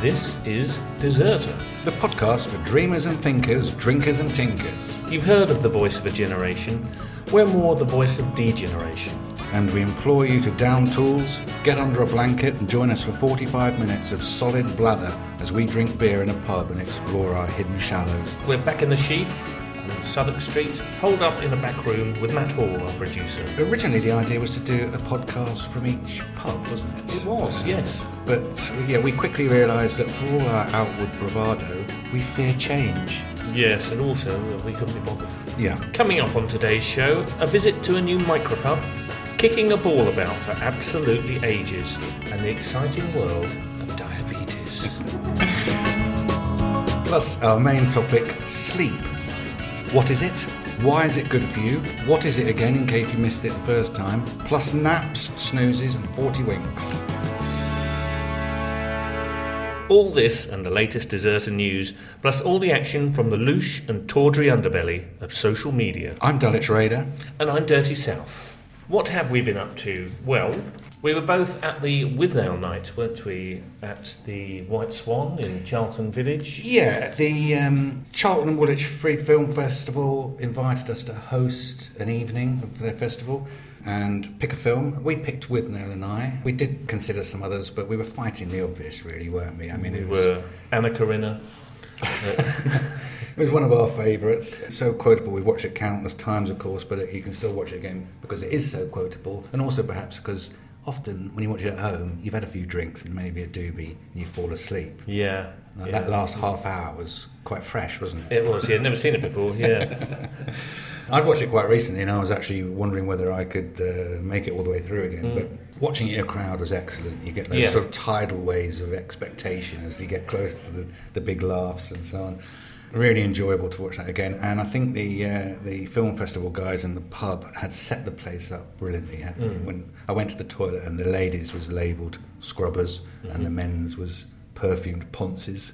This is Deserter. The podcast for dreamers and thinkers, drinkers and tinkers. You've heard of the voice of a generation. We're more the voice of degeneration. And we implore you to down tools, get under a blanket, and join us for 45 minutes of solid blather as we drink beer in a pub and explore our hidden shallows. We're back in the sheaf and on Southwark Street, holed up in a back room with Matt Hall, our producer. Originally, the idea was to do a podcast from each pub, wasn't it? It was, yes. But yeah, we quickly realised that for all our outward bravado, we fear change. Yes, and also uh, we couldn't be bothered. Yeah. Coming up on today's show, a visit to a new micropub, kicking a ball about for absolutely ages, and the exciting world of diabetes. Plus, our main topic sleep. What is it? Why is it good for you? What is it again, in case you missed it the first time? Plus, naps, snoozes, and 40 winks. All this and the latest deserter news, plus all the action from the louche and tawdry underbelly of social media. I'm Dulwich Raider. And I'm Dirty South. What have we been up to? Well, we were both at the Withnail night, weren't we, at the White Swan in Charlton Village? Yeah, the um, Charlton and Woolwich Free Film Festival invited us to host an evening of their festival and pick a film. We picked with Neil and I. We did consider some others, but we were fighting the obvious, really, weren't we? I mean, We it was, were Anna Karina. it was one of our favourites. So quotable, we watched it countless times, of course, but you can still watch it again because it is so quotable, and also perhaps because. Often, when you watch it at home, you've had a few drinks and maybe a doobie, and you fall asleep. Yeah. Now, yeah. That last half hour was quite fresh, wasn't It was, yeah, never seen it before, yeah. I'd watched it quite recently, and I was actually wondering whether I could uh, make it all the way through again. But watching it in a crowd was excellent. You get those Yeah. sort of tidal waves of expectation as you get close to the, the big laughs and so on. Really enjoyable to watch that again. And I think the uh, the film festival guys in the pub had set the place up brilliantly. Had they? When I went to the toilet, and the ladies was labelled scrubbers, and the men's was perfumed ponces.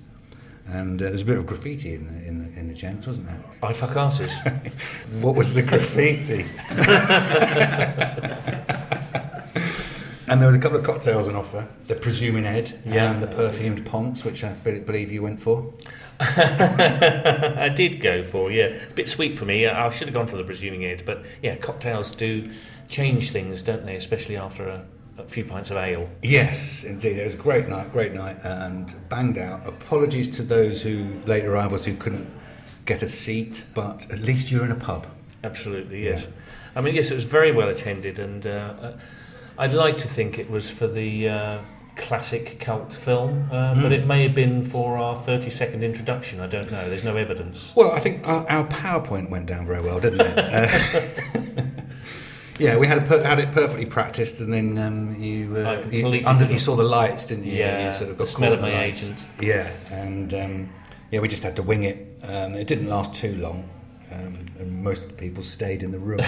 And uh, there was a bit of graffiti in the, in the in the gents, wasn't there? I fuck asses. What was the graffiti? and there was a couple of cocktails on offer. The Presuming Ed Yeah. and the Perfumed Ponce, which I be- believe you went for. I did go for, yeah. A bit sweet for me. I should have gone for the presuming ed, but yeah, cocktails do change things, don't they? Especially after a, a few pints of ale. Yes, indeed. It was a great night, great night, and banged out. Apologies to those who late arrivals who couldn't get a seat, but at least you're in a pub. Absolutely, yes. I mean, yes, it was very well attended, and uh, uh, I'd like to think it was for the uh, classic cult film, uh, but it may have been for our 30 second introduction. I don't know. There's no evidence. Well, I think our, our PowerPoint went down very well, didn't it? Uh, yeah, we had, a per- had it perfectly practiced, and then um, you, I uh, completely you, under, forgot. you saw the lights, didn't you? Yeah, you sort of the got smell caught of in the my lights. agent. Yeah, and um, yeah, we just had to wing it. Um, it didn't last too long, um, and most of the people stayed in the room.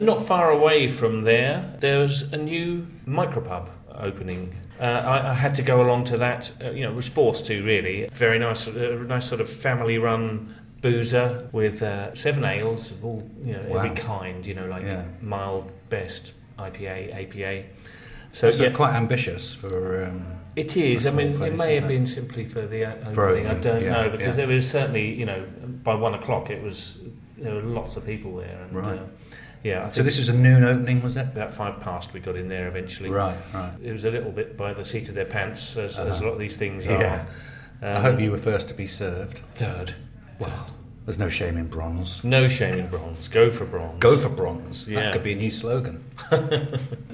Not far away from there, there's a new micropub opening. Uh, I, I had to go along to that. Uh, you know, was forced to really. Very nice, uh, nice sort of family-run boozer with uh, seven ales of all you know Wow. every kind. You know, like Yeah. mild, best, IPA, APA. So, so, yeah, quite ambitious for. Um, it is. I a small mean, place, it may have isn't it? been simply for the uh, For opening. I opening, don't yeah, know because yeah. there was certainly you know by one o'clock it was there were lots of people there. And, Right. Uh, yeah. I think so this was a noon opening, was it? about five past, we got in there eventually. Right, right. It was a little bit by the seat of their pants, as, as a lot of these things Uh-huh. Yeah. are. Um, I hope you were first to be served. third. Well, there's no shame in bronze. No shame in bronze. Go for bronze. Go for bronze. Yeah. That could be a new slogan.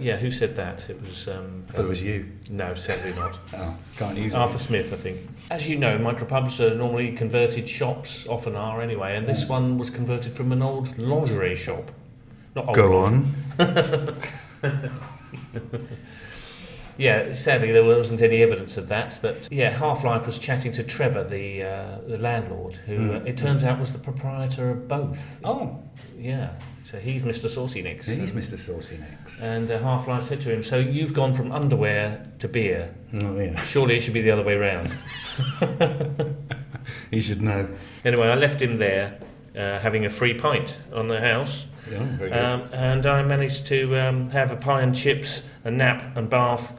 Yeah, who said that? It was. Um, I thought it was you. no, certainly not. Oh, can't use Arthur it. Smith, I think. As you know, micropubs are normally converted shops, often are anyway, and this one was converted from an old lingerie shop. Not old Go on. Yeah, sadly there wasn't any evidence of that. But yeah, Half Life was chatting to Trevor, the uh, the landlord, who uh, it turns out was the proprietor of both. Oh, Yeah, so he's Mr. Saucy Nicks. he's Mr. Saucy Nicks. And uh, Half Life said to him, "So you've gone from underwear to beer. oh, yeah. Surely it should be the other way round." He should know. anyway, I left him there, uh, having a free pint on the house, Yeah, very good. um, and I managed to um, have a pie and chips, a nap, and bath.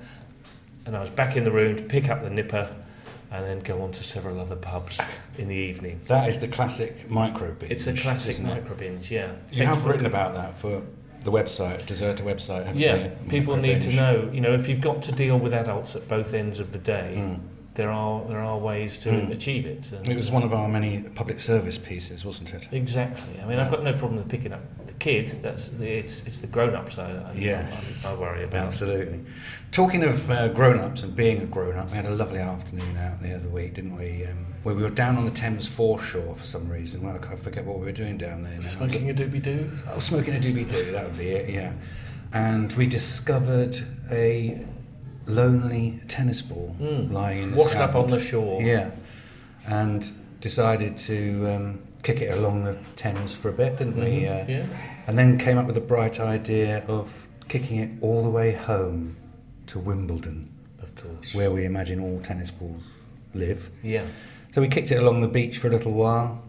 and I was back in the room to pick up the nipper and then go on to several other pubs in the evening. That is the classic micro binge. It's a classic isn't it? micro binge, yeah. You have written about that for the website, Deserter website, haven't Yeah, you? people Micro need to binge. know. You know, if you've got to deal with adults at both ends of the day, there are there are ways to Mm. achieve it. And It was one of our many public service pieces, wasn't it? Exactly. I mean, I've got no problem with picking up the kid. That's the, it's it's the grown up side. I, Yes. I, I worry about. Absolutely. Talking of uh, grown ups and being a grown up, we had a lovely afternoon out the other week, didn't we? Um, where we were down on the Thames foreshore for some reason. Well, I can't forget what we were doing down there. Now. Smoking a doobie doo. Oh, smoking a doobie doo, that would be it, yeah. And we discovered a lonely tennis ball Mm. lying in the Washed sand. up on the shore. Yeah, and decided to um, kick it along the Thames for a bit, didn't we? Uh, Yeah. And then came up with the bright idea of kicking it all the way home to Wimbledon, Of course. where we imagine all tennis balls live. yeah. So we kicked it along the beach for a little while.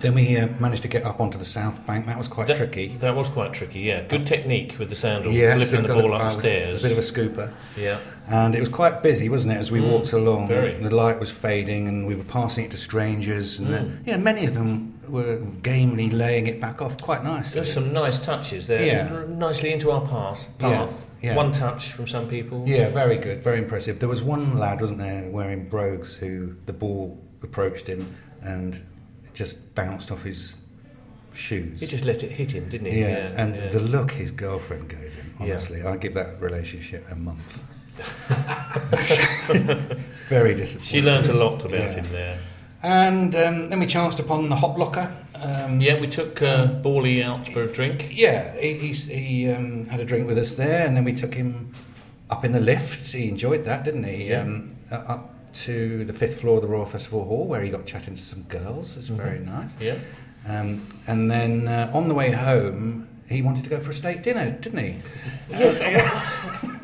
Then we uh, managed to get up onto the south bank. That was quite That- tricky. That was quite tricky. Yeah. Good technique with the sandal so flipping I the got ball a- I was upstairs. A bit of a scooper. yeah. And it was quite busy, wasn't it, as we walked along? Mm. very. The light was fading and we were passing it to strangers. And Mm. then, yeah, many of them were gamely laying it back off quite nicely. There's some nice touches there. Yeah. R- Nicely into our pass, Yeah, path. yeah. One touch from some people. Yeah, very good, very impressive. There was one lad, wasn't there, wearing brogues who the ball approached him and it just bounced off his shoes. He just let it hit him, didn't yeah, he? and yeah. the look his girlfriend gave him, Yeah. honestly, I give that relationship a month. very disappointing. she learnt a lot about Yeah. him there. And um, then we chanced upon the hop locker. Um, Yeah, we took uh, Borley out for a drink. Yeah, he, he, he um, had a drink with us there, and then we took him up in the lift. He enjoyed that, didn't he? Yeah. Um, uh, up to the fifth floor of the Royal Festival Hall, where he got chatting to some girls. It's Mm-hmm. very nice. Yeah. Um, and then uh, on the way home, he wanted to go for a steak dinner, didn't he? Yes.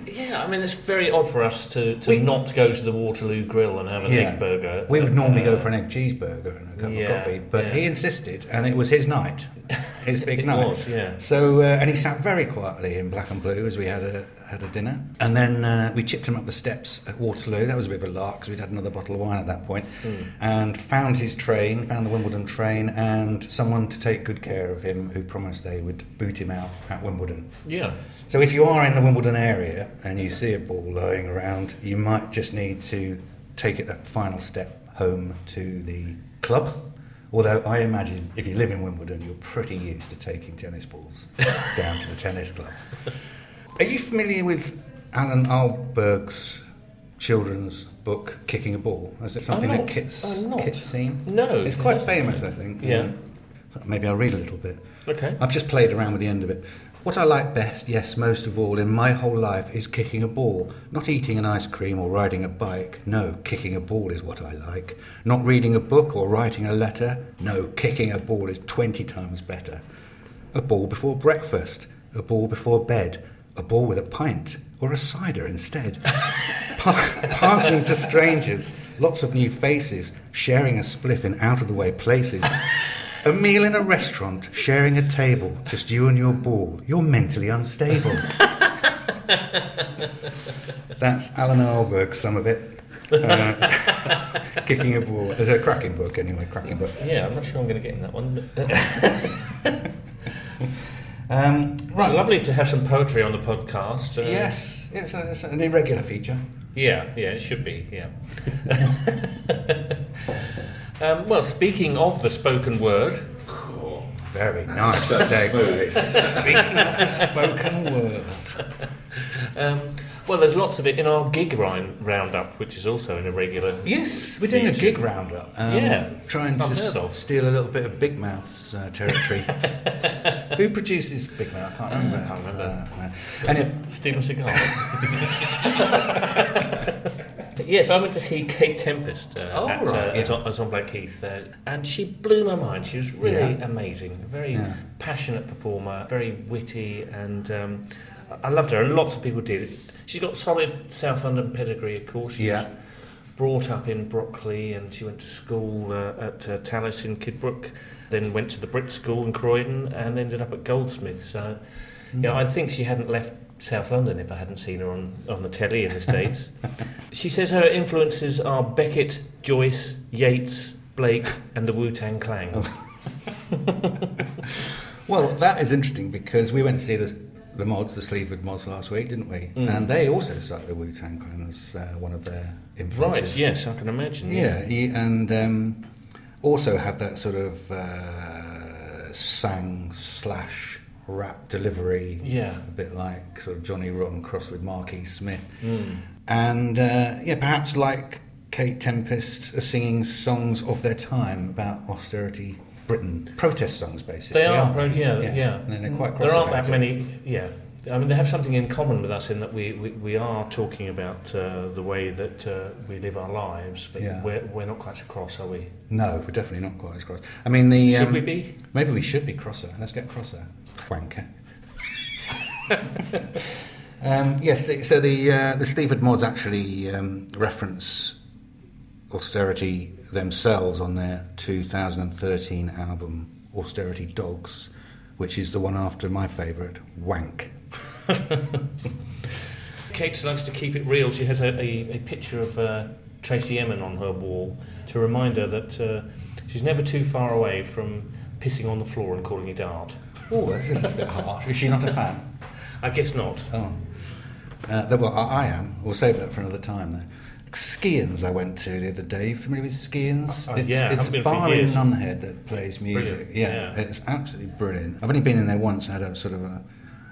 Yeah, I mean it's very odd for us to, to We- not go to the Waterloo Grill and have an Yeah. egg burger. We would normally go Uh, for an egg cheeseburger and a cup Yeah, of coffee, but yeah. he insisted, and it was his night, his big It night. was, yeah. So, uh, and he sat very quietly in black and blue as we had a had a dinner, and then uh, we chipped him up the steps at Waterloo. That was a bit of a lark because we'd had another bottle of wine at that point, Hmm. and found his train, found the Wimbledon train, and someone to take good care of him who promised they would boot him out at Wimbledon. Yeah. So if you are in the Wimbledon area and you see a ball lying around, you might just need to take it the final step home to the club. Although I imagine if you live in Wimbledon, you're pretty used to taking tennis balls down to the tennis club. Are you familiar with Alan Alberg's children's book Kicking a Ball? Is it something not. that kids I'm not. kids seen? No, it's quite it's- famous, I think. Yeah. Maybe I'll read a little bit. Okay. I've just played around with the end of it. What I like best, yes, most of all, in my whole life is kicking a ball. Not eating an ice cream or riding a bike. No, kicking a ball is what I like. Not reading a book or writing a letter. No, kicking a ball is 20 times better. A ball before breakfast. A ball before bed. A ball with a pint or a cider instead. Pa- passing to strangers. Lots of new faces. Sharing a spliff in out of the way places. A meal in a restaurant, sharing a table, just you and your ball. You're mentally unstable. That's Alan Alberg, some of it. Uh, kicking a ball. It's a cracking book, anyway, cracking book. Yeah, I'm not sure I'm going to get in that one. but- Um, right, Lovely to have some poetry on the podcast. uh, Yes, it's, a, it's an irregular feature. Yeah, yeah, it should be, yeah. um, well, speaking of the spoken word, Very nice segue. Speaking of the spoken word. um, well, there's lots of it in our gig rhyme roundup, which is also an irregular. Yes, we're doing a Feature. gig roundup. Um, Yeah, trying to unheard of. s- steal a little bit of Big Mouth's uh, territory. Who produces Big Mouth? I can't remember. I can't remember. Uh, no. Anyway, Steven Seagal. yes, I went to see Kate Tempest uh, Oh, at, right, uh, at, yeah. on, at on Blackheath, uh, and she blew my mind. She was really Yeah. amazing, very Yeah. passionate performer, very witty, and um, I- I loved her. And lots of people did. She's got solid South London pedigree, of course. She was Yeah. brought up in Brockley, and she went to school uh, at uh, Tallis in Kidbrooke, then went to the Brit School in Croydon, and ended up at Goldsmith. So. Yeah, I think she hadn't left South London if I hadn't seen her on, on the telly in the States. she says her influences are Beckett, Joyce, Yeats, Blake, and the Wu Tang Clan. Well, that is interesting because we went to see the, the mods, the Sleaford mods last week, didn't we? Mm. And they also cite the Wu Tang Clan as uh, one of their Right, influences. yes, I can imagine. Yeah, he- and um, also have that sort of uh, sang slash rap delivery, Yeah. a bit like sort of Johnny Rotten crossed with Marquis Smith. Mm. And uh, yeah, perhaps like Kate Tempest are singing songs of their time about austerity Britain, protest songs basically. They are, aren't pro- yeah, yeah. And then they're quite cross There aren't about that it. many, yeah. I mean, they have something in common with us in that we, we, we are talking about uh, the way that uh, we live our lives, but Yeah. we're, we're not quite so cross, are we? No, we're definitely not quite as cross. I mean, the Should um, we be? maybe we should be crosser. Let's get crosser, wanker. um, yes, the- so the uh, the Stephen mods actually um, reference austerity themselves on their 2013 album Austerity Dogs, which is the one after my favourite, Wank. Kate likes to keep it real. She has a, a, a picture of uh, Tracy Emin on her wall to remind her that uh, she's never too far away from pissing on the floor and calling it art. Oh, that's a little bit harsh. Is she not a fan? I guess not. Oh. Uh, th- well, I, I am. We'll save that for another time, though. Skians I went to the other day. Familiar with Skians? Uh, it's yeah, I it's haven't a been for bar in years. Nunhead that plays music. Brilliant, Yeah, yeah. it's absolutely brilliant. I've only been in there once. I had a sort of a,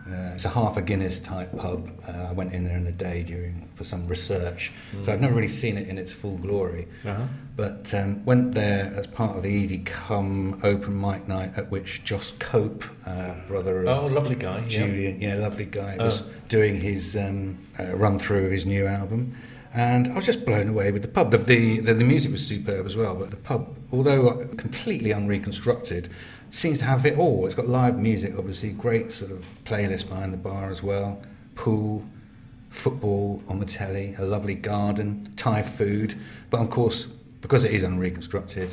uh, it's a half a Guinness type pub. Uh, I went in there in the day during for some research, so I've Hmm. never really seen it in its full glory. Uh-huh. But um, went there as part of the Easy Come open mic night, at which Joss Cope, uh, brother of Oh, lovely guy. Yeah. Oh. Julian, yeah, lovely guy, was doing his um, uh, run through of his new album. And I was just blown away with the pub. The, the, the, the music was superb as well, but the pub, although completely unreconstructed, seems to have it all. It's got live music, obviously, great sort of playlist behind the bar as well, pool, football on the telly, a lovely garden, Thai food. But of course, because it is unreconstructed,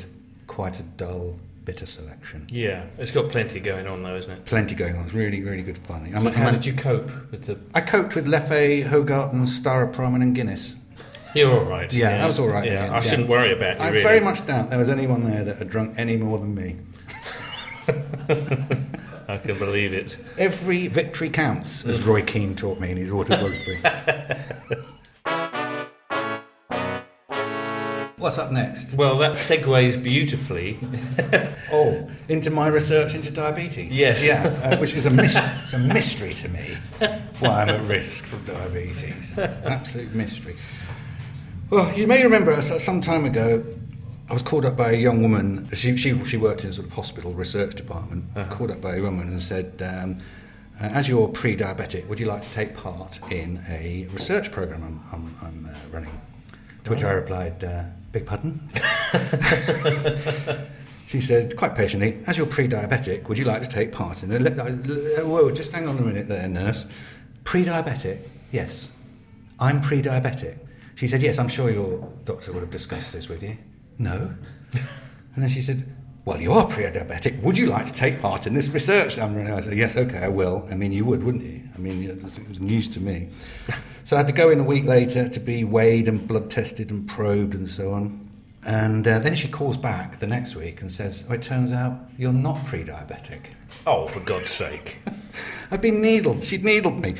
quite a dull, bitter selection. yeah, it's got plenty going on though, isn't it? Plenty going on. It's really, really good fun. I'm- So how I'm- did you cope with the? I coped with Leffe, Hogarten, Starra, Priman, and Guinness. You're all right. Yeah, that was all right, Yeah, yeah, I yeah. shouldn't worry about you. I Oh, really. very much doubt there was anyone there that had drunk any more than me. I can believe it. Every victory counts, as Roy Keane taught me in his autobiography. What's up next? Well, that segues beautifully. Oh, into my research into diabetes. Yes. Yeah, uh, which is a, mys- it's a mystery to me why I'm at risk from diabetes. Absolute mystery. Well, you may remember uh, some time ago, I was called up by a young woman. She, she, she worked in a sort of hospital research department. Called up by a woman and said, um, uh, As you're pre diabetic, would you like to take part in a research program I'm, I'm, I'm uh, running? To which I replied, uh, Big pardon? She said, quite patiently, as you're pre diabetic, would you like to take part in it? Whoa, just hang on a minute there, nurse. Pre diabetic? Yes. I'm pre diabetic. She said, yes, I'm sure your doctor will have discussed this with you. No. and then she said, well, you are pre diabetic. Would you like to take part in this research? I'm running. I said, yes, okay, I will. I mean, you would, wouldn't you? I mean, it was- it was news to me. so I had to go in a week later to be weighed and blood tested and probed and so on. And uh, then she calls back the next week and says, oh, It turns out you're not pre diabetic. Oh, for God's sake! I've been needled. She'd needled me.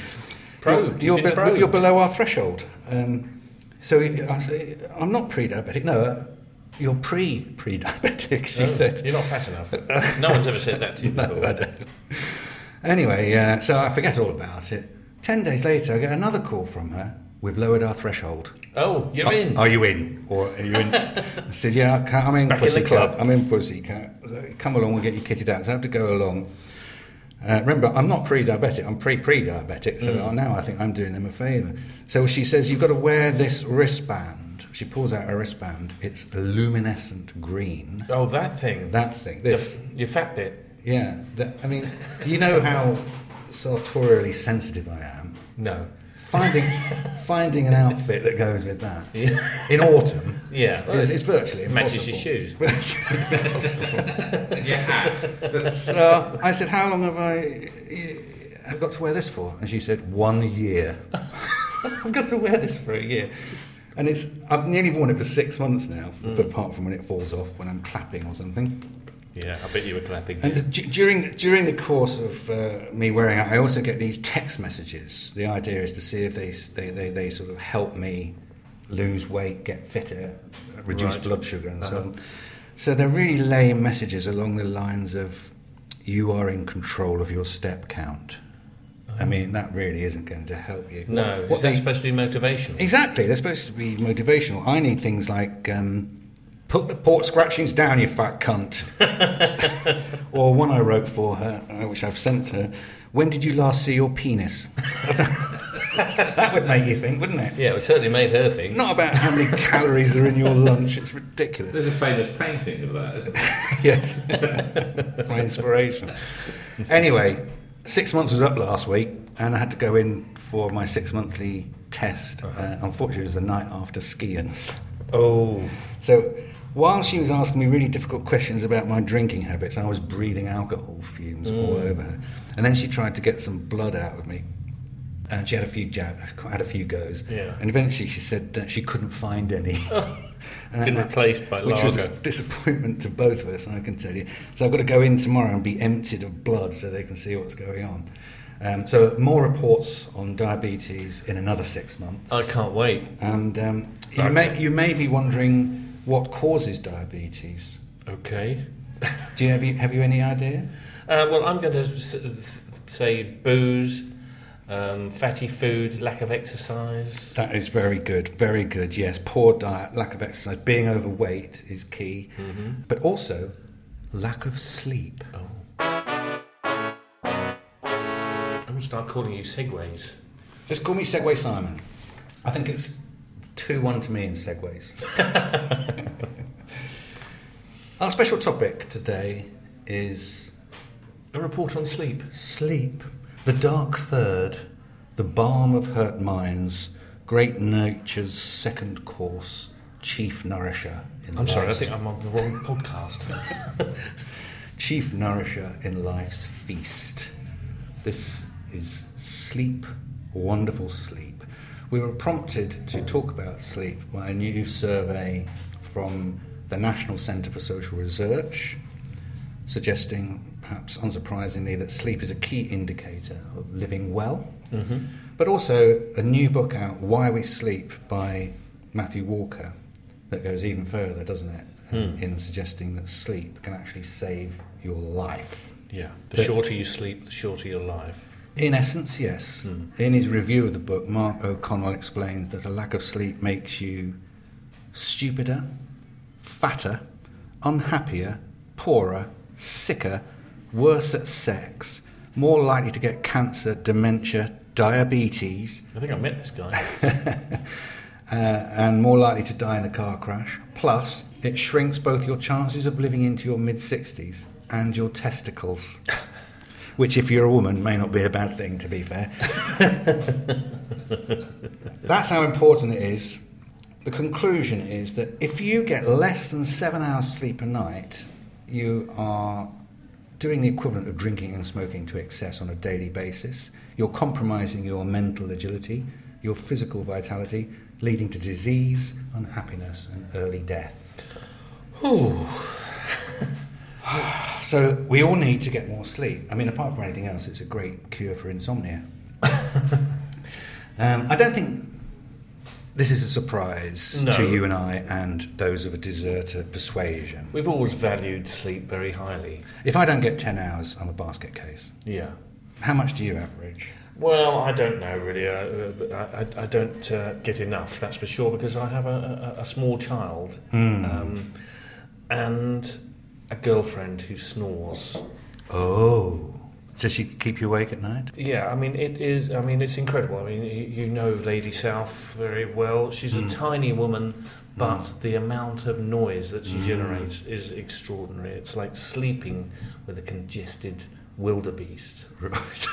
Probed, You're, you've you're, been probed. you're below our threshold. Um, so I say, I'm not pre diabetic. No, uh, you're pre pre diabetic, she No, said. Oh, "You're not fat enough." No one's ever said that to you before. I don't. Anyway, uh, so I forget all about it. Ten days later, I get another call from her. We've lowered our threshold. Oh, you're Are- in. Are you in? Or are you in? I said, yeah, I can't, I'm in Back in the Pussycat. club. I'm in Pussycat. Come along, we'll get you kitted out. So I have to go along. Uh, remember, I'm not pre-diabetic. I'm pre-pre-diabetic. So Mm. now I think I'm doing them a favour. So she says, you've got to wear this wristband. She pulls out her wristband. It's luminescent green. Oh, that thing. That thing. The This. f- your fat bit. Yeah. That, I mean, you know how sartorially sensitive I am. No. Finding, finding an outfit that goes with that Yeah. in autumn. Yeah. Well, it's, it's virtually Matches impossible. your shoes. It's impossible. Your hat. But, uh, I said, how long have I? I've got to wear this for? And she said, one year. I've got to wear this for a year. And it's, I've nearly worn it for six months now, Mm. apart from when it falls off when I'm clapping or something. Yeah, I bet you were clapping. And d- during during the course of uh, me wearing it, I also get these text messages. The idea is to see if they s- they, they, they sort of help me lose weight, get fitter, reduce Right. Uh-huh. blood sugar, and so on. So they're really lame messages along the lines of "You are in control of your step count." I mean, that really isn't going to help you. Uh-huh. No, What is that they- supposed to be motivational? Exactly. They're supposed to be motivational. I need things like um, put the port scratchings down, you fat cunt. or one I wrote for her, uh, which I've sent her. When did you last see your penis? that would make you think, wouldn't it? Yeah, it certainly made her think. Not about how many calories are in your lunch. It's ridiculous. There's a famous painting of that, isn't there? Yes, that's my inspiration. Anyway, six months was up last week, and I had to go in for my six monthly test. Uh, unfortunately, it was the night after skiing. Oh, So while she was asking me really difficult questions about my drinking habits, I was breathing alcohol fumes all Mm. over her. And then she tried to get some blood out of me. And she had a few jab, had a few goes. Yeah. And eventually she said that she couldn't find any. And been that- replaced by which was a lager. disappointment to both of us, I can tell you. So I've got to go in tomorrow and be emptied of blood so they can see what's going on. Um, so more reports on diabetes in another six months. I can't wait. And um, you, Right. may, you may be wondering what causes diabetes. Okay. Do you have, you have you any idea? Uh, well, I'm going to s- s- say booze, um, fatty food, lack of exercise. That is very good, very good. Yes, poor diet, lack of exercise, being overweight is key, but also lack of sleep. Oh. I'm going to start calling you segways. Just call me Segway Simon. I think it's two one to me in segways. Our special topic today is A report on sleep. Sleep, the dark third, the balm of hurt minds, great nature's second course, chief nourisher in I'm sorry, I life's- think I'm on the wrong podcast. chief nourisher in life's feast. This is sleep, wonderful sleep. We were prompted to talk about sleep by a new survey from the National Centre for Social Research, suggesting, perhaps unsurprisingly, that sleep is a key indicator of living well. But also a new book out, Why We Sleep, by Matthew Walker, that goes even further, doesn't it? In suggesting that sleep can actually save your life. Yeah, the But- shorter you sleep, the shorter your life. In essence, yes. In his review of the book, Mark O'Connell explains that a lack of sleep makes you stupider, fatter, unhappier, poorer, sicker, worse at sex, more likely to get cancer, dementia, diabetes, I think I met this guy. uh, and more likely to die in a car crash. Plus, it shrinks both your chances of living into your mid 60s and your testicles, which, if you're a woman, may not be a bad thing, to be fair. That's how important it is. The conclusion is that if you get less than seven hours sleep a night, you are doing the equivalent of drinking and smoking to excess on a daily basis. You're compromising your mental agility, your physical vitality, leading to disease, unhappiness, and early death. Ooh. So, we all need to get more sleep. I mean, apart from anything else, it's a great cure for insomnia. um, I don't think this is a surprise No. to you and I and those of a deserter persuasion. We've always valued sleep very highly. If I don't get 10 hours, I'm a basket case. Yeah. How much do you average? Well, I don't know really. I, I, I- I don't uh, get enough, that's for sure, because I have a, a, a small child Hmm. Uh, um, and a girlfriend who snores. Oh. Does she keep you awake at night? Yeah, I mean it is. I mean it's incredible. I mean y- you know Lady South very well. She's Hmm. a tiny woman, but the amount of noise that she Hmm. generates is extraordinary. It's like sleeping with a congested wildebeest. Right.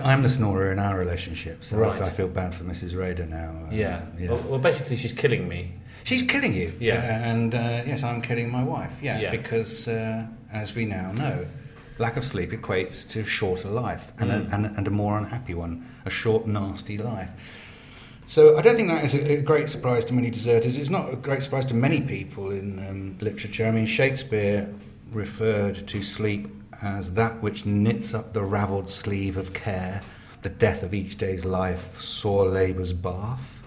I'm the snorer in our relationship, so Right. I, I feel bad for Mrs. Rader now. uh, Yeah. Well, well, basically she's killing me. She's killing you. Yeah. Uh, and uh, yes, I'm killing my wife. Yeah. Yeah. Because, uh, as we now know, lack of sleep equates to shorter life and, a, and, and a more unhappy one, a short, nasty life. So I don't think that is a, a great surprise to many deserters. It's not a great surprise to many people in um, literature. I mean, Shakespeare referred to sleep as that which knits up the ravelled sleeve of care, the death of each day's life, sore labour's bath.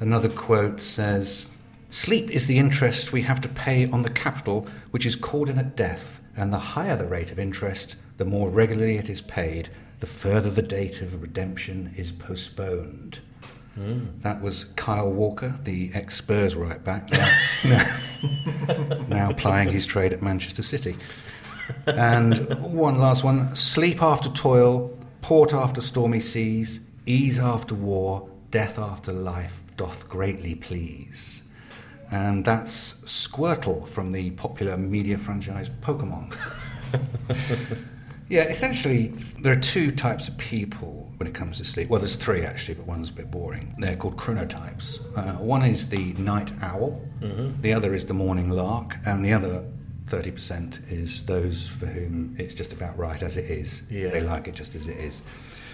Another quote says, Sleep is the interest we have to pay on the capital which is called in at death, and the higher the rate of interest, the more regularly it is paid, the further the date of redemption is postponed. That was Kyle Walker, the ex Spurs right back, now, now plying his trade at Manchester City. And one last one sleep after toil, port after stormy seas, ease after war, death after life doth greatly please. And that's Squirtle from the popular media franchise Pokemon. yeah, essentially, there are two types of people when it comes to sleep. Well, there's three actually, but one's a bit boring. They're called chronotypes. Uh, one is the night owl, the other is the morning lark, and the other 30% is those for whom it's just about right as it is. Yeah. They like it just as it is.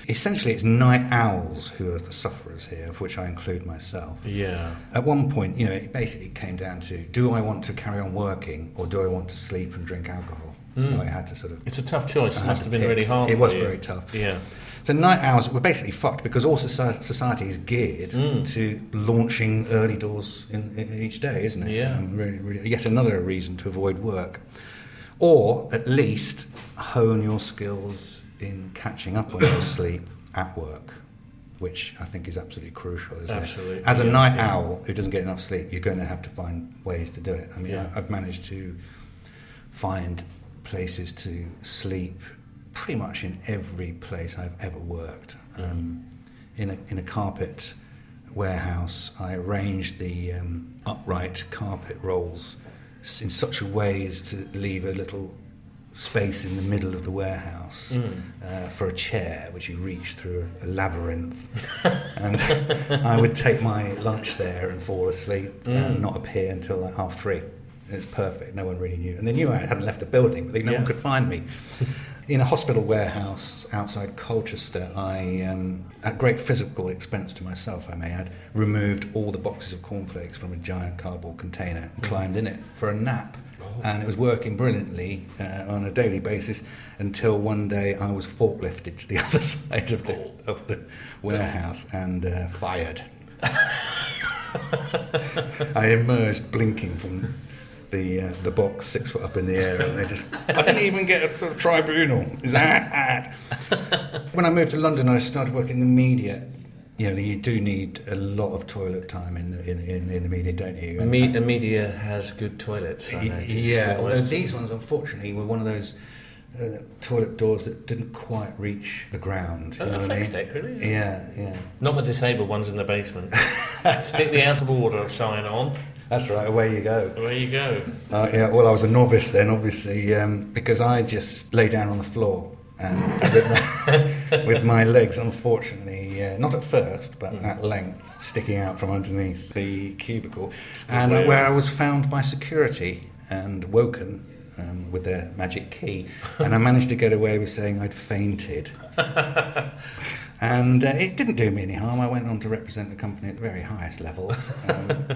Essentially, it's night owls who are the sufferers here, of which I include myself. Yeah. At one point, you know, it basically came down to do I want to carry on working or do I want to sleep and drink alcohol? So I had to sort of. It's a tough choice. It I had must to have been pick. really hard. It for was you. very tough. Yeah. So night hours were basically fucked because all society, society is geared Hmm. to launching early doors in, in each day, isn't it? Yeah. And really, really, yet another reason to avoid work. Or at least hone your skills in catching up on your sleep at work, which I think is absolutely crucial, isn't it? Absolutely, As a yeah, night yeah. owl who doesn't get enough sleep, you're going to have to find ways to do it. I mean, Yeah. I, I've managed to find places to sleep pretty much in every place I've ever worked. Um, in, a, in a carpet warehouse, I arranged the um, upright carpet rolls s- in such a way as to leave a little space in the middle of the warehouse Mm. uh, for a chair, which you reach through a, a labyrinth. and I would take my lunch there and fall asleep and not appear until like half three. It's perfect. No one really knew, and they knew I hadn't left the building, but they, no Yeah. one could find me. In a hospital warehouse outside Colchester, I, um, at great physical expense to myself, I may add, removed all the boxes of cornflakes from a giant cardboard container and climbed in it for a nap. And it was working brilliantly uh, on a daily basis until one day I was forklifted to the other side of the, of the warehouse and uh, fired. I emerged blinking from the uh, the box six foot up in the air, and they just I didn't even get a sort of tribunal. Is that that? When I moved to London, I started working in the media. You know, you do need a lot of toilet time in the in, in, in the media, don't you? And- Me- the media has good toilets. I noticed. yeah, although Almost- these ones, unfortunately, were one of those uh, toilet doors that didn't quite reach the ground. Oh, you know what I flex mean? deck, really? Yeah, yeah. Not the disabled ones in the basement. Stick the out of order sign on. That's right, away you go. There you go. Uh, yeah, well, I was a novice then, obviously, um, because I just lay down on the floor and with, my, with my legs, unfortunately, uh, not at first, but at length, sticking out from underneath the cubicle, and uh, weird. where I was found by security and woken. Um, with their magic key, and I managed to get away with saying I'd fainted. And uh, it didn't do me any harm. I went on to represent the company at the very highest levels. Um,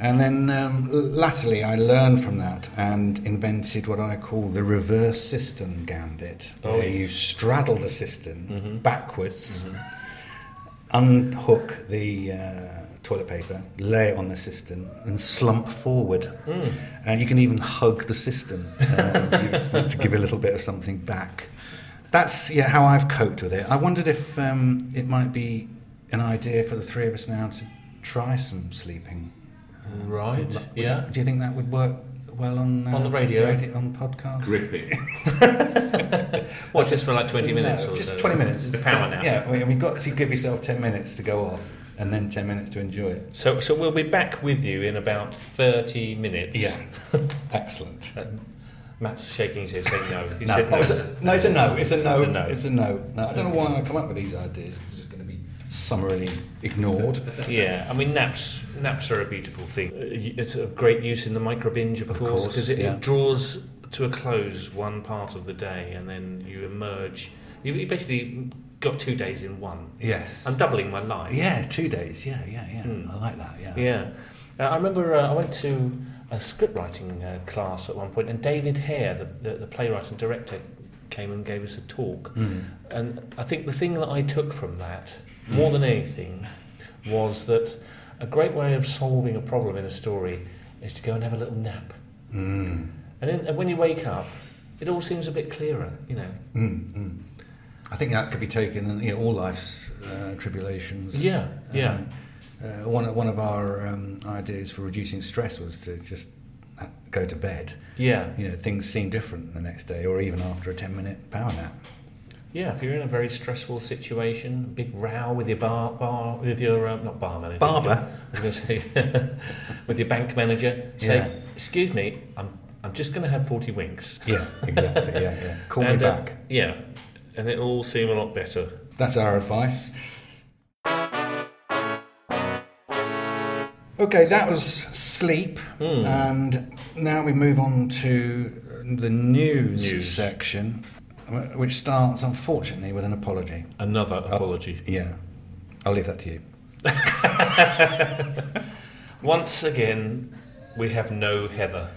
and then um, l- latterly, I learned from that and invented what I call the reverse cistern gambit, Oh, where yes. Mm-hmm. you straddle the cistern backwards, unhook the uh, toilet paper, lay it on the cistern, and slump forward. Hmm. And you can even hug the cistern uh, to give a little bit of something back. That's yeah how I've coped with it. I wondered if um, it might be an idea for the three of us now to try some sleeping. Right. Would yeah. that- do you think that would work well on uh, On the radio. on podcasts? Gripping. What's this for like 20 No, minutes or just so? 20 minutes. The power now. Yeah, we, we've got to give yourself 10 minutes to go off and then 10 minutes to enjoy it. So, so we'll be back with you in about 30 minutes. Excellent. Uh, Matt's shaking his head saying no. He no. said Oh, no. it's a, no, it's a no. It's a no. It's a no. It's a no. No, I don't know why I come up with these ideas. It's just going to be summarily ignored. Yeah, I mean naps. Naps are a beautiful thing. Uh, y- It's of great use in the micro binge, of, Of course, course, because it, yeah. it draws to a close one part of the day, and then you emerge. You, you basically got two days in one. Yes. I'm doubling my life. yeah, two days. Yeah, yeah, yeah. Hmm. I like that. Yeah. Yeah. Uh, I remember uh, I went to a script writing uh, class at one point, and David Hare, the, the, the playwright and director, came and gave us a talk. Mm. And I think the thing that I took from that, more than anything, was that a great way of solving a problem in a story is to go and have a little nap. Mm. And, then, and when you wake up, it all seems a bit clearer, you know. Mm. Mm. I think that could be taken in you know, all life's uh, tribulations. Yeah, yeah. Uh, uh, one, of- one of our um, ideas for reducing stress was to just uh, go to bed. Yeah, You know, things seem different the next day, or even after a ten-minute power nap. yeah. If you're in a very stressful situation, big row with your bar, bar with your um, not bar manager, Barber. I was going to say, with your bank manager, say, Yeah. "Excuse me, I'm I'm just going to have forty winks." Yeah, exactly. yeah, yeah. Call And, me uh, back. yeah, and it'll all seem a lot better. That's our advice. Okay, that was sleep, and now we move on to the news, News. section, wh- which starts unfortunately with an apology. Another Oh. apology. Yeah, I'll leave that to you. Once again, we have no Heather.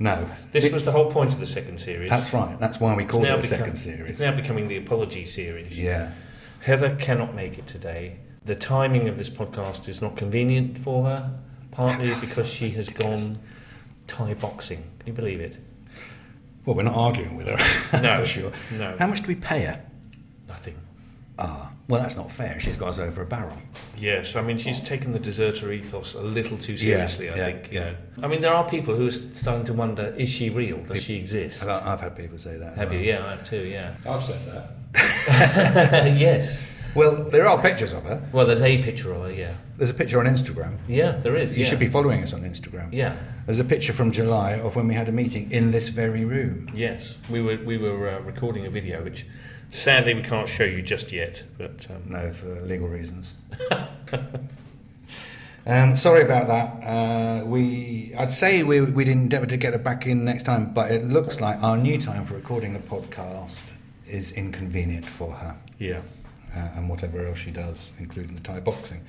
No, This It- was the whole point of the second series. that's right. That's why we It's called it now the become- second It's series. now becoming the apology series. Yeah, Heather cannot make it today. The timing of this podcast is not convenient for her, partly because she has gone Thai boxing. Can you believe it? well, we're not arguing with her. that's No. for sure. No, How much do we pay her? nothing. Ah, well, that's not fair. She's got us over a barrel. Yes, I mean she's taken the deserter ethos a little too seriously. I yeah, think. you yeah. know. I mean there are people who are s- starting to wonder: Is she real? Does she exist? I've, I've had people say that. as Have you? well. Yeah, I have too. Yeah. I've said that. yes. Well, there are pictures of her. Well, there's a picture of her. Yeah. There's a picture on Instagram. Yeah, there is. You yeah. should be following us on Instagram. Yeah. There's a picture from July of when we had a meeting in this very room. Yes, we were we were uh, recording a video which, sadly, we can't show you just yet. But um, No, for legal reasons. um, sorry about that. Uh, we, I'd say we, we'd endeavour to get it back in next time, but it looks like our new time for recording the podcast is inconvenient for her yeah, uh, and whatever else she does, including the Thai boxing.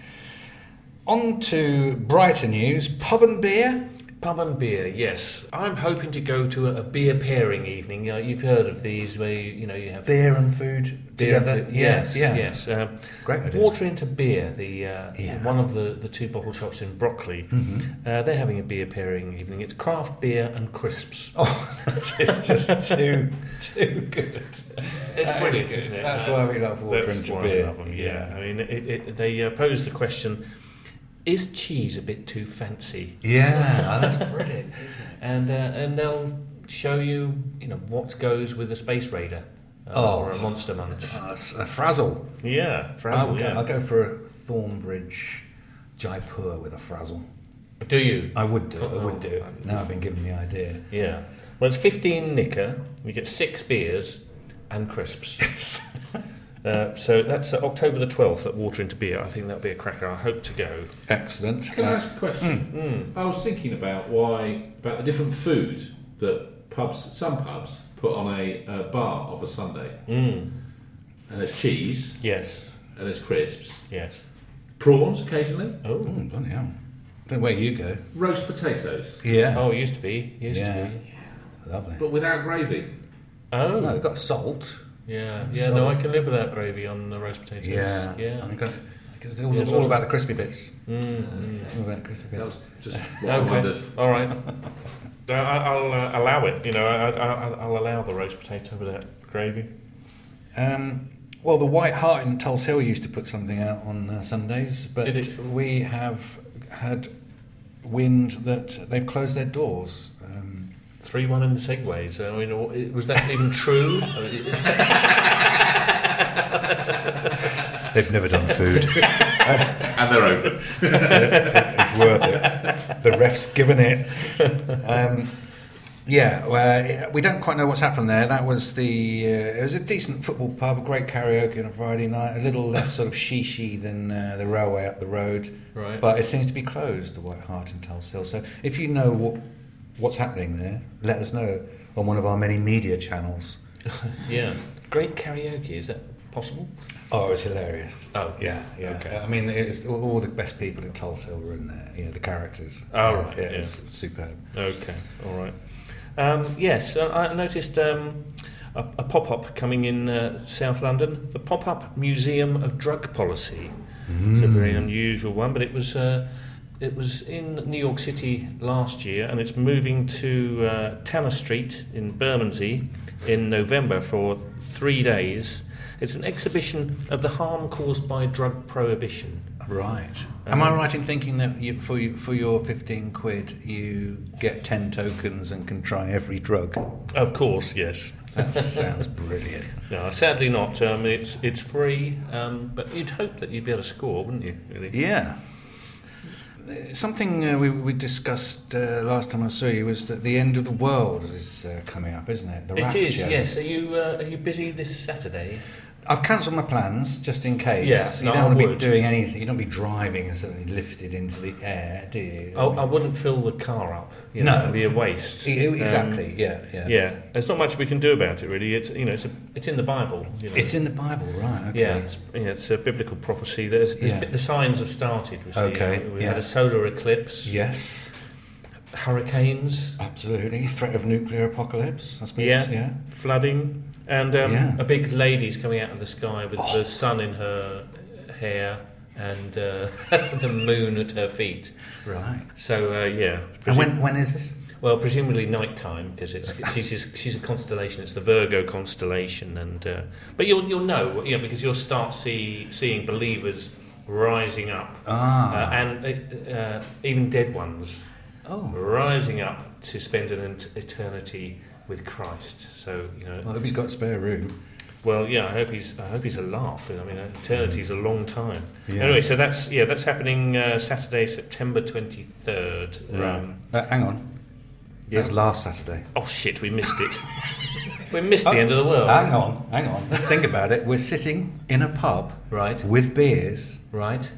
On to brighter news pub and beer. pub and beer. Yes, I'm hoping to go to a, a beer pairing evening. You know, you've heard of these where you, you know you have Beer and food beer and together. food- yes, yes, yeah. yes. Um, Great idea. Water into beer. The uh, Yeah. Mm-hmm. one of the, the two bottle shops in Broccoli. Uh, they're having a beer pairing evening. It's craft beer and crisps. Oh, that is just too too good. It's That is brilliant, good. is not it? That's Uh, why we love water That's into why beer. I love 'em, yeah. Yeah. I mean, it, it, they uh, pose the question: Is cheese a bit too fancy? Yeah, oh, that's brilliant, isn't it? And uh, and they'll show you, you know, what goes with a space raider uh, Oh. or a monster munch. Uh, s- a frazzle. Yeah, frazzle. I'll, go, yeah. I'll go for a Thornbridge Jaipur with a frazzle. Do you? I would do. I Oh, would do. um, Now I've been given the idea. Yeah. Well, it's fifteen nicker. You get six beers and crisps. Uh, so that's uh, October the 12th at Water into Beer. I think that'll be a cracker. I hope to go. Excellent. Can I ask a question? I was thinking about why about the different food that pubs, some pubs, put on a, uh bar of a Sunday, Mm. and there's cheese, Yes, and there's crisps, yes. prawns occasionally, Uh, Oh, ooh, bloody hell. Then where you go? roast potatoes, Yeah. oh, it used to be, used Yeah. to be. Lovely. but without gravy. Oh, No, I've got salt. yeah, yeah. So- No, I can live without gravy on the roast potatoes. Yeah. yeah. And I've got, it's all, Yeah, it's all awesome. about the crispy bits. Mm, All about the crispy That bits. was just what I Okay. wondered. All right. I, I'll uh, allow it. You know, I, I, I'll allow the roast potato without gravy. Um, well, the White Hart in Tulse Hill used to put something out on uh, Sundays, but Did it? we have had wind that they've closed their doors. Um, Three one in the segways. I mean, or- was that even true? I mean, it- they've never done food. And they're open. it's worth it. The ref's given it. Um, yeah, well, it- we don't quite know what's happened there. That was the. Uh, it was a decent football pub, a great karaoke on a Friday night, a little less sort of shishy than uh, the railway up the road. Right. But it seems to be closed, the White Hart in Tulse Hill. So if you know what what's happening there, let us know on one of our many media channels. Yeah. Great karaoke, is that possible? Oh, it's hilarious. Oh. Yeah, yeah. Okay. I mean, it's all, all the best people in Tulsa were in there. Yeah, the characters. Oh, yeah, right, yeah, yeah. It's superb. Okay, all right. Um, yes, uh, I noticed um, a, a pop up coming in uh, South London, the Pop Up Museum of Drug Policy. It's a very unusual one, but it was. Uh, it was in New York City last year, and it's moving to uh, Tanner Street in Bermondsey in November for three days. It's an exhibition of the harm caused by drug prohibition. Right. Um, Am I right in thinking that you, for you, for your fifteen quid, you get ten tokens and can try every drug? Of course, yes. That sounds brilliant. No, sadly not. Um, it's it's free, um, but you'd hope that you'd be able to score, wouldn't you? Really? Yeah. Uh, Something uh, we, we discussed uh, last time I saw you was that the end of the world is uh, coming up, isn't it? The It rapture. is. Yes. Are you uh, are you busy this Saturday? I've cancelled my plans just in case. Yeah, you no, don't I want to be would. doing anything. You don't want to be driving and suddenly lifted into the air, do you? Oh, I, I wouldn't fill the car up. You No. know, it'd be a waste. E- Um, exactly. yeah, yeah. yeah. There's not much we can do about it, really. It's you know, it's a, it's in the Bible. You know. It's in the Bible, right? Okay. Yeah, it's, yeah, it's a biblical prophecy. There's, there's Yeah. bit- the signs have started. We see. Okay, we yeah. had a solar eclipse, Yes. hurricanes, Absolutely. Threat of nuclear apocalypse. I suppose. Yeah. Yeah. flooding, and um, Yeah. Oh. a big lady's coming out of the sky with the sun in her hair and uh, the moon at her feet. Right. So uh, yeah, And when when is this? well, presumably nighttime because it's she's, she's she's a constellation. It's the Virgo constellation, and uh, but you'll you'll know, you know, because you'll start see seeing believers rising up, uh, Ah. and uh, uh, even dead ones oh. rising up to spend an ent- eternity with Christ. So you know, Well, I hope he's got spare room. Well, yeah, I hope he's. I hope he's a laugh. I mean, eternity's a long time. Yes. Anyway, so that's yeah, that's happening uh, Saturday, September Um, twenty third. Uh, hang on. Yeah. That's last Saturday. oh shit, we missed it. we missed Oh, the end of the world. Hang on. Hang on. Let's think about it. We're sitting in a pub right, with beers. right.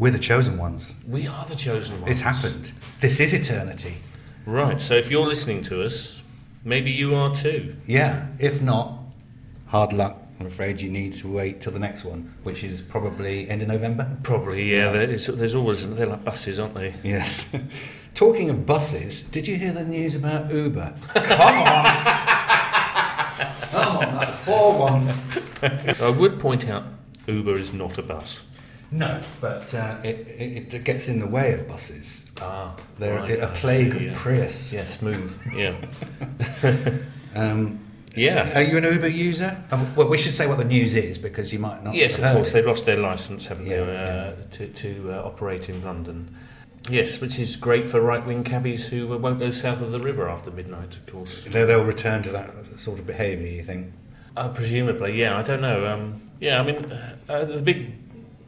We're the chosen ones. We are the chosen ones. It's happened. This is eternity. Right. So if you're listening to us, maybe you are too. Yeah. If not, hard luck. I'm afraid you need to wait till the next one, which is probably end of November. Probably. Yeah. there is- there's always they're like buses, aren't they? Yes. Talking of buses, did you hear the news about Uber? Come on. Come on, that poor one. I would point out Uber is not a bus. No, but uh, it, it, it gets in the way of buses. Ah, They're right, a I plague see, of yeah. Prius. Yeah, smooth. Yeah. Um, Yeah. are you an Uber user? Um, well, we should say what the news is because you might not. Yes, have of heard course. it. They lost their license, haven't uh, Yeah, they, uh, to, to uh, operate in London. Yes, which is great for right wing cabbies who uh, won't go south of the river after midnight, of course. They- They'll return to that sort of behaviour, you think? Uh, presumably, yeah, I don't know. Um, yeah, I mean, uh, uh, the big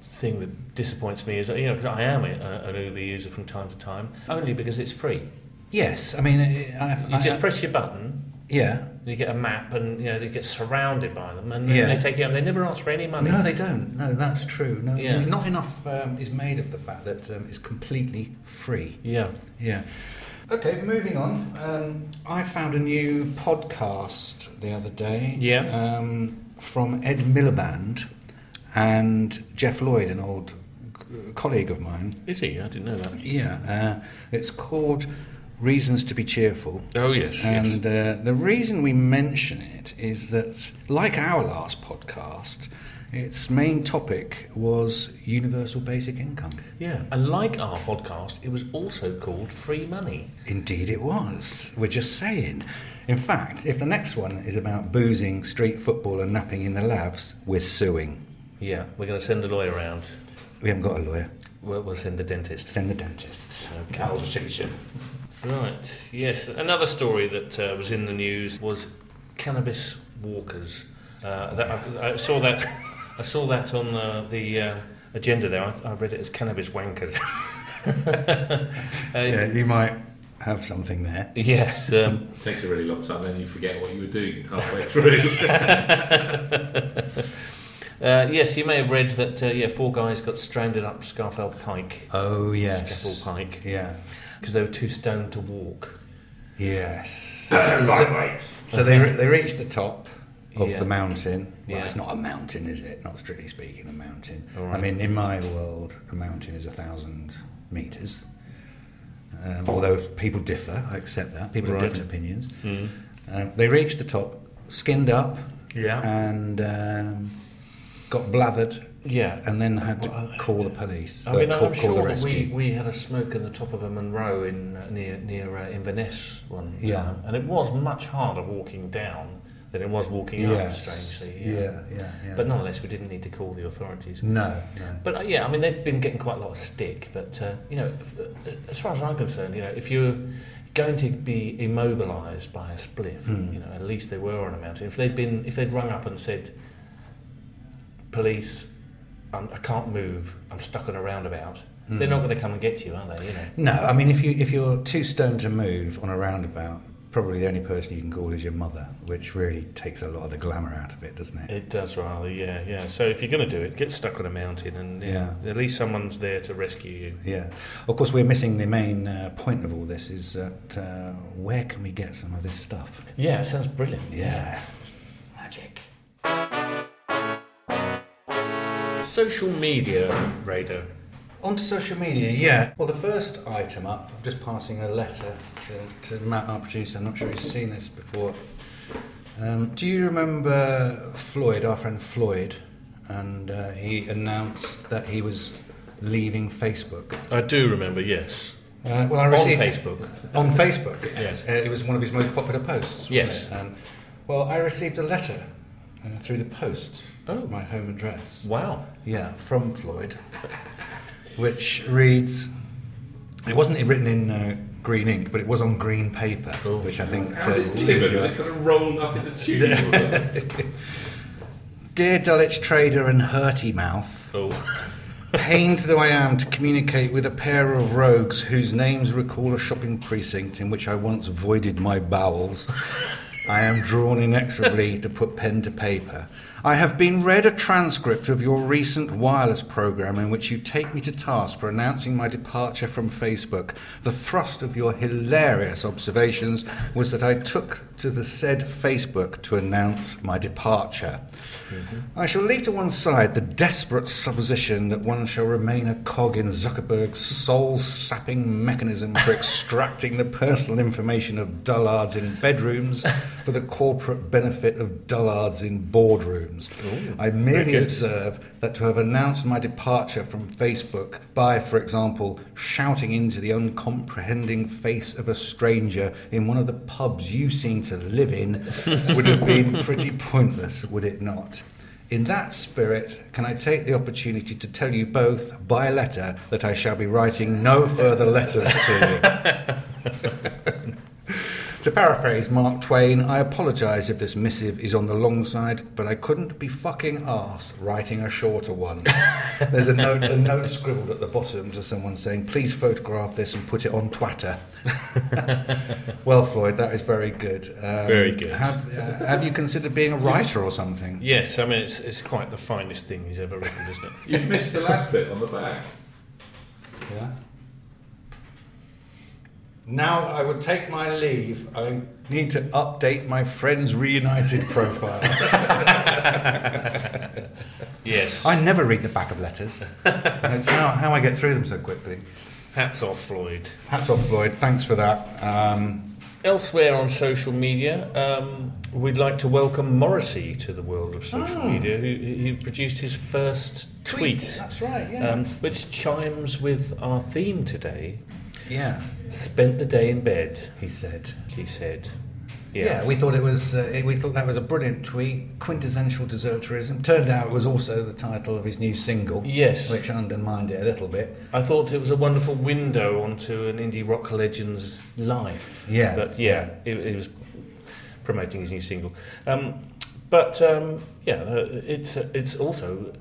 thing that disappoints me is that, you know, 'cause I am a, a- an Uber user from time to time, only because it's free. Yes, I mean, eh, I, I've- You I, just press your button. yeah. You get a map, and you know they get surrounded by them, and then Yeah. they take you. And they never ask for any money. No, they don't. No, that's true. No, Yeah. not enough um, is made of the fact that um, it's completely free. yeah. Yeah. Okay, moving on. Um, I found a new podcast the other day. Yeah. Um, from Ed Miliband and Jeff Lloyd, an old c- colleague of mine. Is he? I didn't know that. Yeah. Uh, it's called Reasons to Be Cheerful. Oh yes. yes. And uh, the reason we mention it is that, like our last podcast, its main topic was universal basic income. Yeah, and like our podcast, it was also called Free Money. Indeed, it was. We're just saying. In fact, if the next one is about boozing, street football, and napping in the labs, we're suing. Yeah, we're going to send the lawyer around. We haven't got a lawyer. We'll, we'll send the dentist. Send the dentist. Okay. Carol decision. Right, yes. Another story that uh, was in the news was cannabis walkers. Uh, that, I, I saw that. I saw that on the, the uh, agenda there. I, I read it as cannabis wankers. Uh, Yeah, you might have something there. Yes. Um, It takes a really long time, then you forget what you were doing halfway through. Uh, yes, you may have read that. Uh, yeah, four guys got stranded up Scarfell Pike, Oh, yes. Scaffold Pike, Yeah. because they were too stoned to walk. Yes. Lightweight. So they, re- they reach the top Uh-huh. of Yeah. the mountain. Well, Yeah. it's not a mountain, is it? Not strictly speaking, a mountain. All I right. mean, in my world, a mountain is a thousand meters. Um, although people differ, I accept that. People Right. Mm. have different opinions. Um, they reached the top, skinned up, Yeah. and um, got blathered, Yeah. and then had to Well, I- call the police. I uh, mean, call, I'm call the sure that we, rescue. we had a smoke in the top of a Monroe in uh, near near uh, Inverness one time, Yeah. and it was much harder walking down than it was walking Yes. up. Strangely, yeah, yeah, yeah. But nonetheless, we didn't need to call the authorities. no, no. But uh, yeah, I mean, they've been getting quite a lot of stick. But uh, you know, if, as far as I'm concerned, you know, if you're going to be immobilised by a spliff, Hmm. you know, at least they were on a mountain. If they'd been, if they'd rung up and said, "Police, I'm, I can't move. I'm stuck on a roundabout," they're not going to come and get you, are they? You know. No, I mean if you if you're too stoned to move on a roundabout, probably the only person you can call is your mother, which really takes a lot of the glamour out of it, doesn't it? It does rather, yeah, yeah. So if you're going to do it, get stuck on a mountain, and yeah, at least someone's there to rescue you. Yeah. Of course, we're missing the main uh, point of all this is that uh, where can we get some of this stuff? Yeah, it sounds brilliant. Yeah. Magic. Social media radar. Onto social media, yeah. Well, the first item up, I'm just passing a letter to, to Matt, our producer. I'm not sure he's seen this before. Um, do you remember Floyd, our friend Floyd? And uh, he announced that he was leaving Facebook. I do remember, yes. Uh, well, I On received Facebook. on Facebook. Yes. Uh, it was one of his most popular posts. wasn't Yes. it? Um, well, I received a letter uh, through the post. Oh. My home address. Wow. Yeah, from Floyd, which reads. It wasn't written in uh, green ink, but it was on green paper, Oh. which I think. How uh, did it tees deliver? you Was up. it kind of rolled up in the tube? or something? Dear Dulwich Trader and Hurty Mouth, Oh. pained though I am to communicate with a pair of rogues whose names recall a shopping precinct in which I once voided my bowels, I am drawn inexorably to put pen to paper. I have been read a transcript of your recent wireless program in which you take me to task for announcing my departure from Facebook. The thrust of your hilarious observations was that I took to the said Facebook to announce my departure. I shall leave to one side the desperate supposition that one shall remain a cog in Zuckerberg's soul sapping mechanism for extracting the personal information of dullards in bedrooms for the corporate benefit of dullards in boardrooms. I merely good. observe that to have announced my departure from Facebook by, for example, shouting into the uncomprehending face of a stranger in one of the pubs you seem to live in would have been pretty pointless, would it not? In that spirit, can I take the opportunity to tell you both by letter that I shall be writing no further letters to you? To paraphrase Mark Twain, I apologise if this missive is on the long side, but I couldn't be fucking arsed writing a shorter one. There's a note, a note scribbled at the bottom to someone saying, please photograph this and put it on Twitter. well, Floyd, that is very good. Um, Very good. Have, uh, have you considered being a writer or something? Yes, I mean, it's, it's quite the finest thing he's ever written, isn't it? You've missed the last bit on the back. Yeah. Now I would take my leave. I need to update my Friends Reunited profile. Yes. I never read the back of letters. That's how, how I get through them so quickly. Hats off, Floyd. Hats off, Floyd. Thanks for that. Um, Elsewhere on social media, um, we'd like to welcome Morrissey to the world of social Oh. media, who, who produced his first tweet, That's right. Yeah. um, which chimes with our theme today. yeah. Spent the day in bed, He said. he said. Yeah. we thought it was. Uh, we thought that was a brilliant tweet. Quintessential deserterism. Turned out it was also the title of his new single. Yes. Which undermined it a little bit. I thought it was a wonderful window onto an indie rock legend's life. Yeah. But yeah, it, it was promoting his new single. Um, but um, yeah, uh, it's a, it's also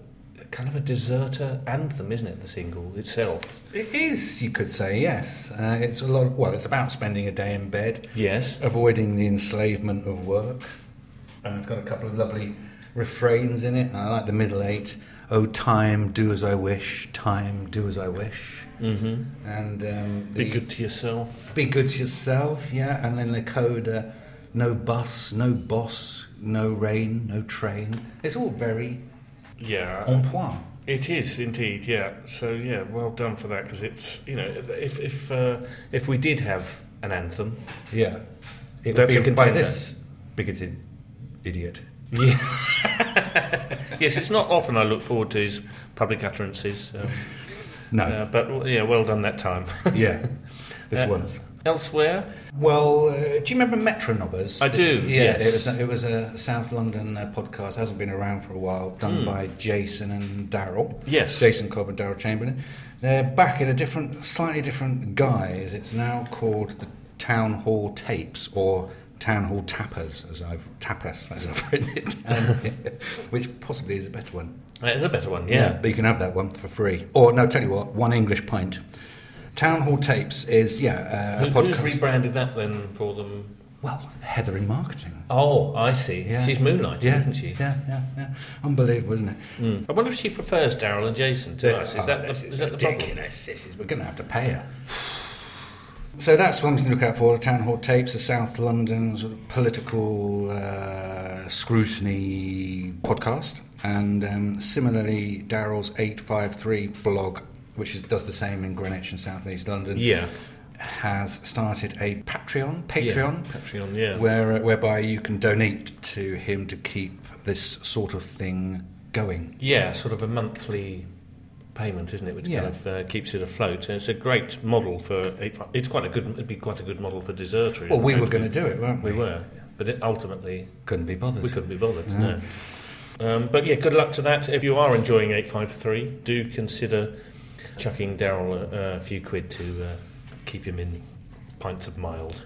kind of a deserter anthem, isn't it? The single itself. It is, you could say. Yes. Uh, it's a lot. well, it's about spending a day in bed. Yes. avoiding the enslavement of work. Uh, it's got a couple of lovely refrains in it. and I like the middle eight. "Oh time, do as I wish, time, do as I wish," Mm-hmm. and um, Be the- good to yourself. be good to yourself, yeah. And then the code, uh, no bus, no boss, no rain, no train. It's all very Yeah. en point. It is indeed, yeah. So yeah, well done for that because it's you know if if uh, if we did have an anthem, Yeah, it That's a would be by contender. this bigoted idiot. yeah. yes, it's not often I look forward to his public utterances, um, No, uh, but well, yeah, well done that time. yeah, this Uh, one's. Elsewhere, Well, uh, do you remember Metronobbers? I do, Yeah, yes. it was a, it was a South London uh, podcast. hasn't been around for a while. Done Hmm. by Jason and Daryl. yes, Jason Cobb and Daryl Chamberlain. They're back in a different, slightly different guise. It's now called the Town Hall Tapes or Town Hall Tappers, as I've tapas as I've written it, down, which possibly is a better one. that is a better one. Yeah, but you can have that one for free. Or no, tell you what, one English pint. Town Hall Tapes is yeah uh, a Who, podcast. who's rebranded that then for them? well, Heather in marketing. Oh, I see. Yeah. She's moonlighting, Yeah, Oh, isn't she? Yeah, yeah, yeah. Unbelievable, isn't it? Mm. I wonder if she prefers Daryl and Jason to us. Is Oh, that the, this is that the problem? ridiculous? This is we're going to have to pay her. So that's one to look out for: the town hall tapes, the South London sort of political uh, scrutiny podcast, and um, similarly Daryl's eight five three blog, which is, does the same in Greenwich and South East London, Yeah, has started a Patreon, yeah. Patreon, Patreon. Yeah. where uh, whereby you can donate to him to keep this sort of thing going. Yeah, sort of a monthly payment, isn't it? Which Yeah. kind of uh, keeps it afloat. And it's a great model for. It's quite a good. It'd be quite a good model for deserters. Well, we were going to do it, weren't we? We were, but it, ultimately Couldn't be bothered. we couldn't be bothered. Yeah. No. Um, but yeah, good luck to that. If you are enjoying eight five three, do consider chucking Daryl a, a few quid to uh, keep him in pints of mild.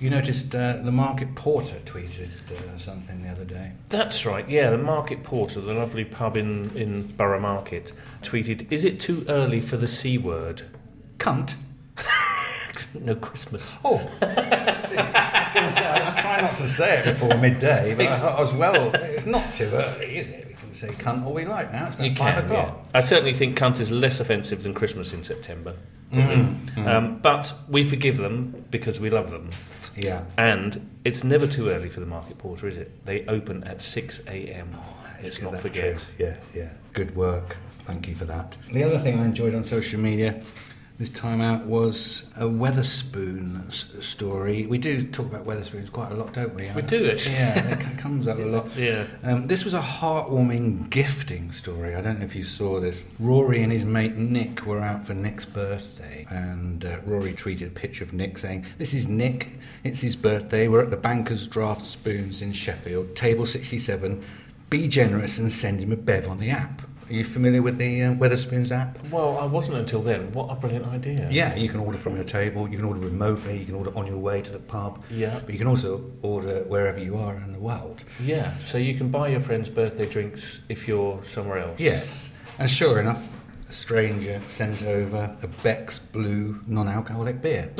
You noticed uh, the market porter tweeted uh, something the other day. That's right, yeah. The Market Porter, the lovely pub in, in Borough Market, tweeted, Is it too early for the C word? Cunt. No Christmas. Oh, See, I was going to say I, I try not to say it before midday, but I thought I was well. It's not too early, is it? We can say cunt all we like now. It's been five o'clock. yeah. I certainly think cunt is less offensive than Christmas in September. Mm-hmm. Um, but we forgive them because we love them. Yeah. And it's never too early for the Market Porter, is it? They open at 6 a.m. Oh, That's Let's good, not that's forget. true. Yeah, yeah. Good work. Thank you for that. The other thing I enjoyed on social media this time out was a Weatherspoon s- story. We do talk about Weatherspoons quite a lot, don't we? We do, actually. Yeah, it c- comes up a lot. Yeah. Um, this was a heartwarming gifting story. I don't know if you saw this. Rory and his mate Nick were out for Nick's birthday, and uh, Rory tweeted a picture of Nick saying, This is Nick, it's his birthday. We're at the Bankers Draft Spoons in Sheffield, table 67. Be generous and send him a bev on the app. Are you familiar with the uh, Weatherspoons app? Well, I wasn't until then. What a brilliant idea. Yeah, you can order from your table, you can order remotely, you can order on your way to the pub, Yeah. but you can also order wherever you are in the world. Yeah, so you can buy your friends birthday drinks if you're somewhere else. Yes, and sure enough, a stranger sent over a Beck's Blue non-alcoholic beer.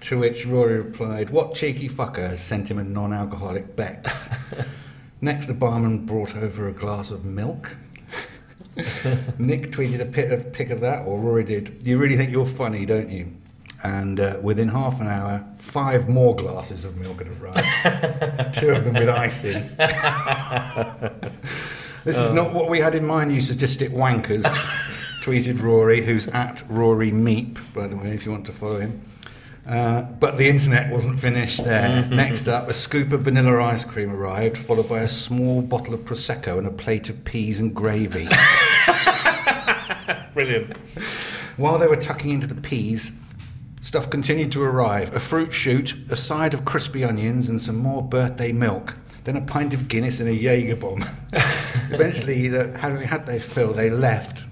to which Rory replied, "What cheeky fucker has sent him a non-alcoholic Beck's?" Next, the barman brought over a glass of milk. Nick tweeted a pic of, pic of that, or Rory did. You really think you're funny, don't you? And uh, within half an hour, five more glasses of milk had arrived. Two of them with icing. This is not what we had in mind, you sadistic wankers, tweeted Rory, who's at Rory Meep, by the way, if you want to follow him. Uh, but the internet wasn't finished there. Next up, a scoop of vanilla ice cream arrived, followed by a small bottle of Prosecco and a plate of peas and gravy. Brilliant. While they were tucking into the peas, stuff continued to arrive a fruit shoot, a side of crispy onions, and some more birthday milk. Then a pint of Guinness and a Jaeger bomb. Eventually, the, having had their fill, they left.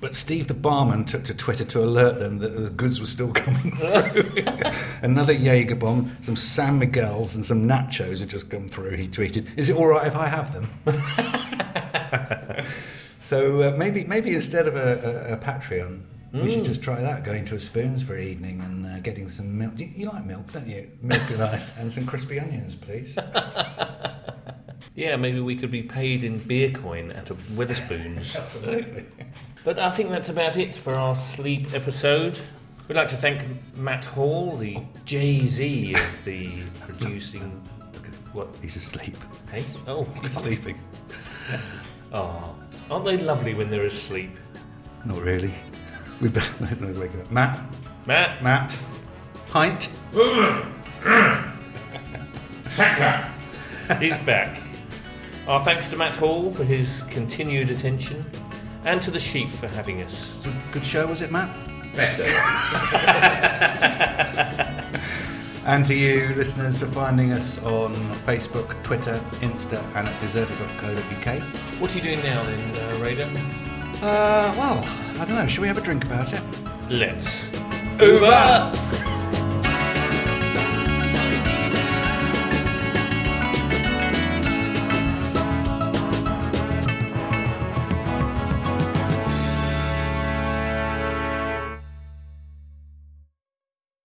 But Steve the barman took to Twitter to alert them that the goods were still coming through. Another Jaeger bomb, some San Miguel's, and some nachos had just come through, he tweeted. Is it all right if I have them? So uh, maybe maybe instead of a, a, a Patreon, we should just try that. Going to a spoons for an evening and uh, getting some milk. You, you like milk, don't you? Milk and ice and some crispy onions, please. yeah, maybe we could be paid in beer coin out of Witherspoons. Absolutely. But I think that's about it for our sleep episode. We'd like to thank Matt Hall, the Jay Z of the producing. What? He's asleep. Hey? Oh, He's sleeping. aw. aren't they lovely when they're asleep? Not really. We better let him wake up. Matt, Matt? Matt, pint. He's back. Our thanks to Matt Hall for his continued attention, and to the Sheaf for having us. It's a good show, was it, Matt? Best ever. And to you, listeners, for finding us on Facebook, Twitter, Insta, and at deserted.co.uk. What are you doing now then, uh, Raider? Uh, well, I don't know. Should we have a drink about it? Let's. Over. Uber!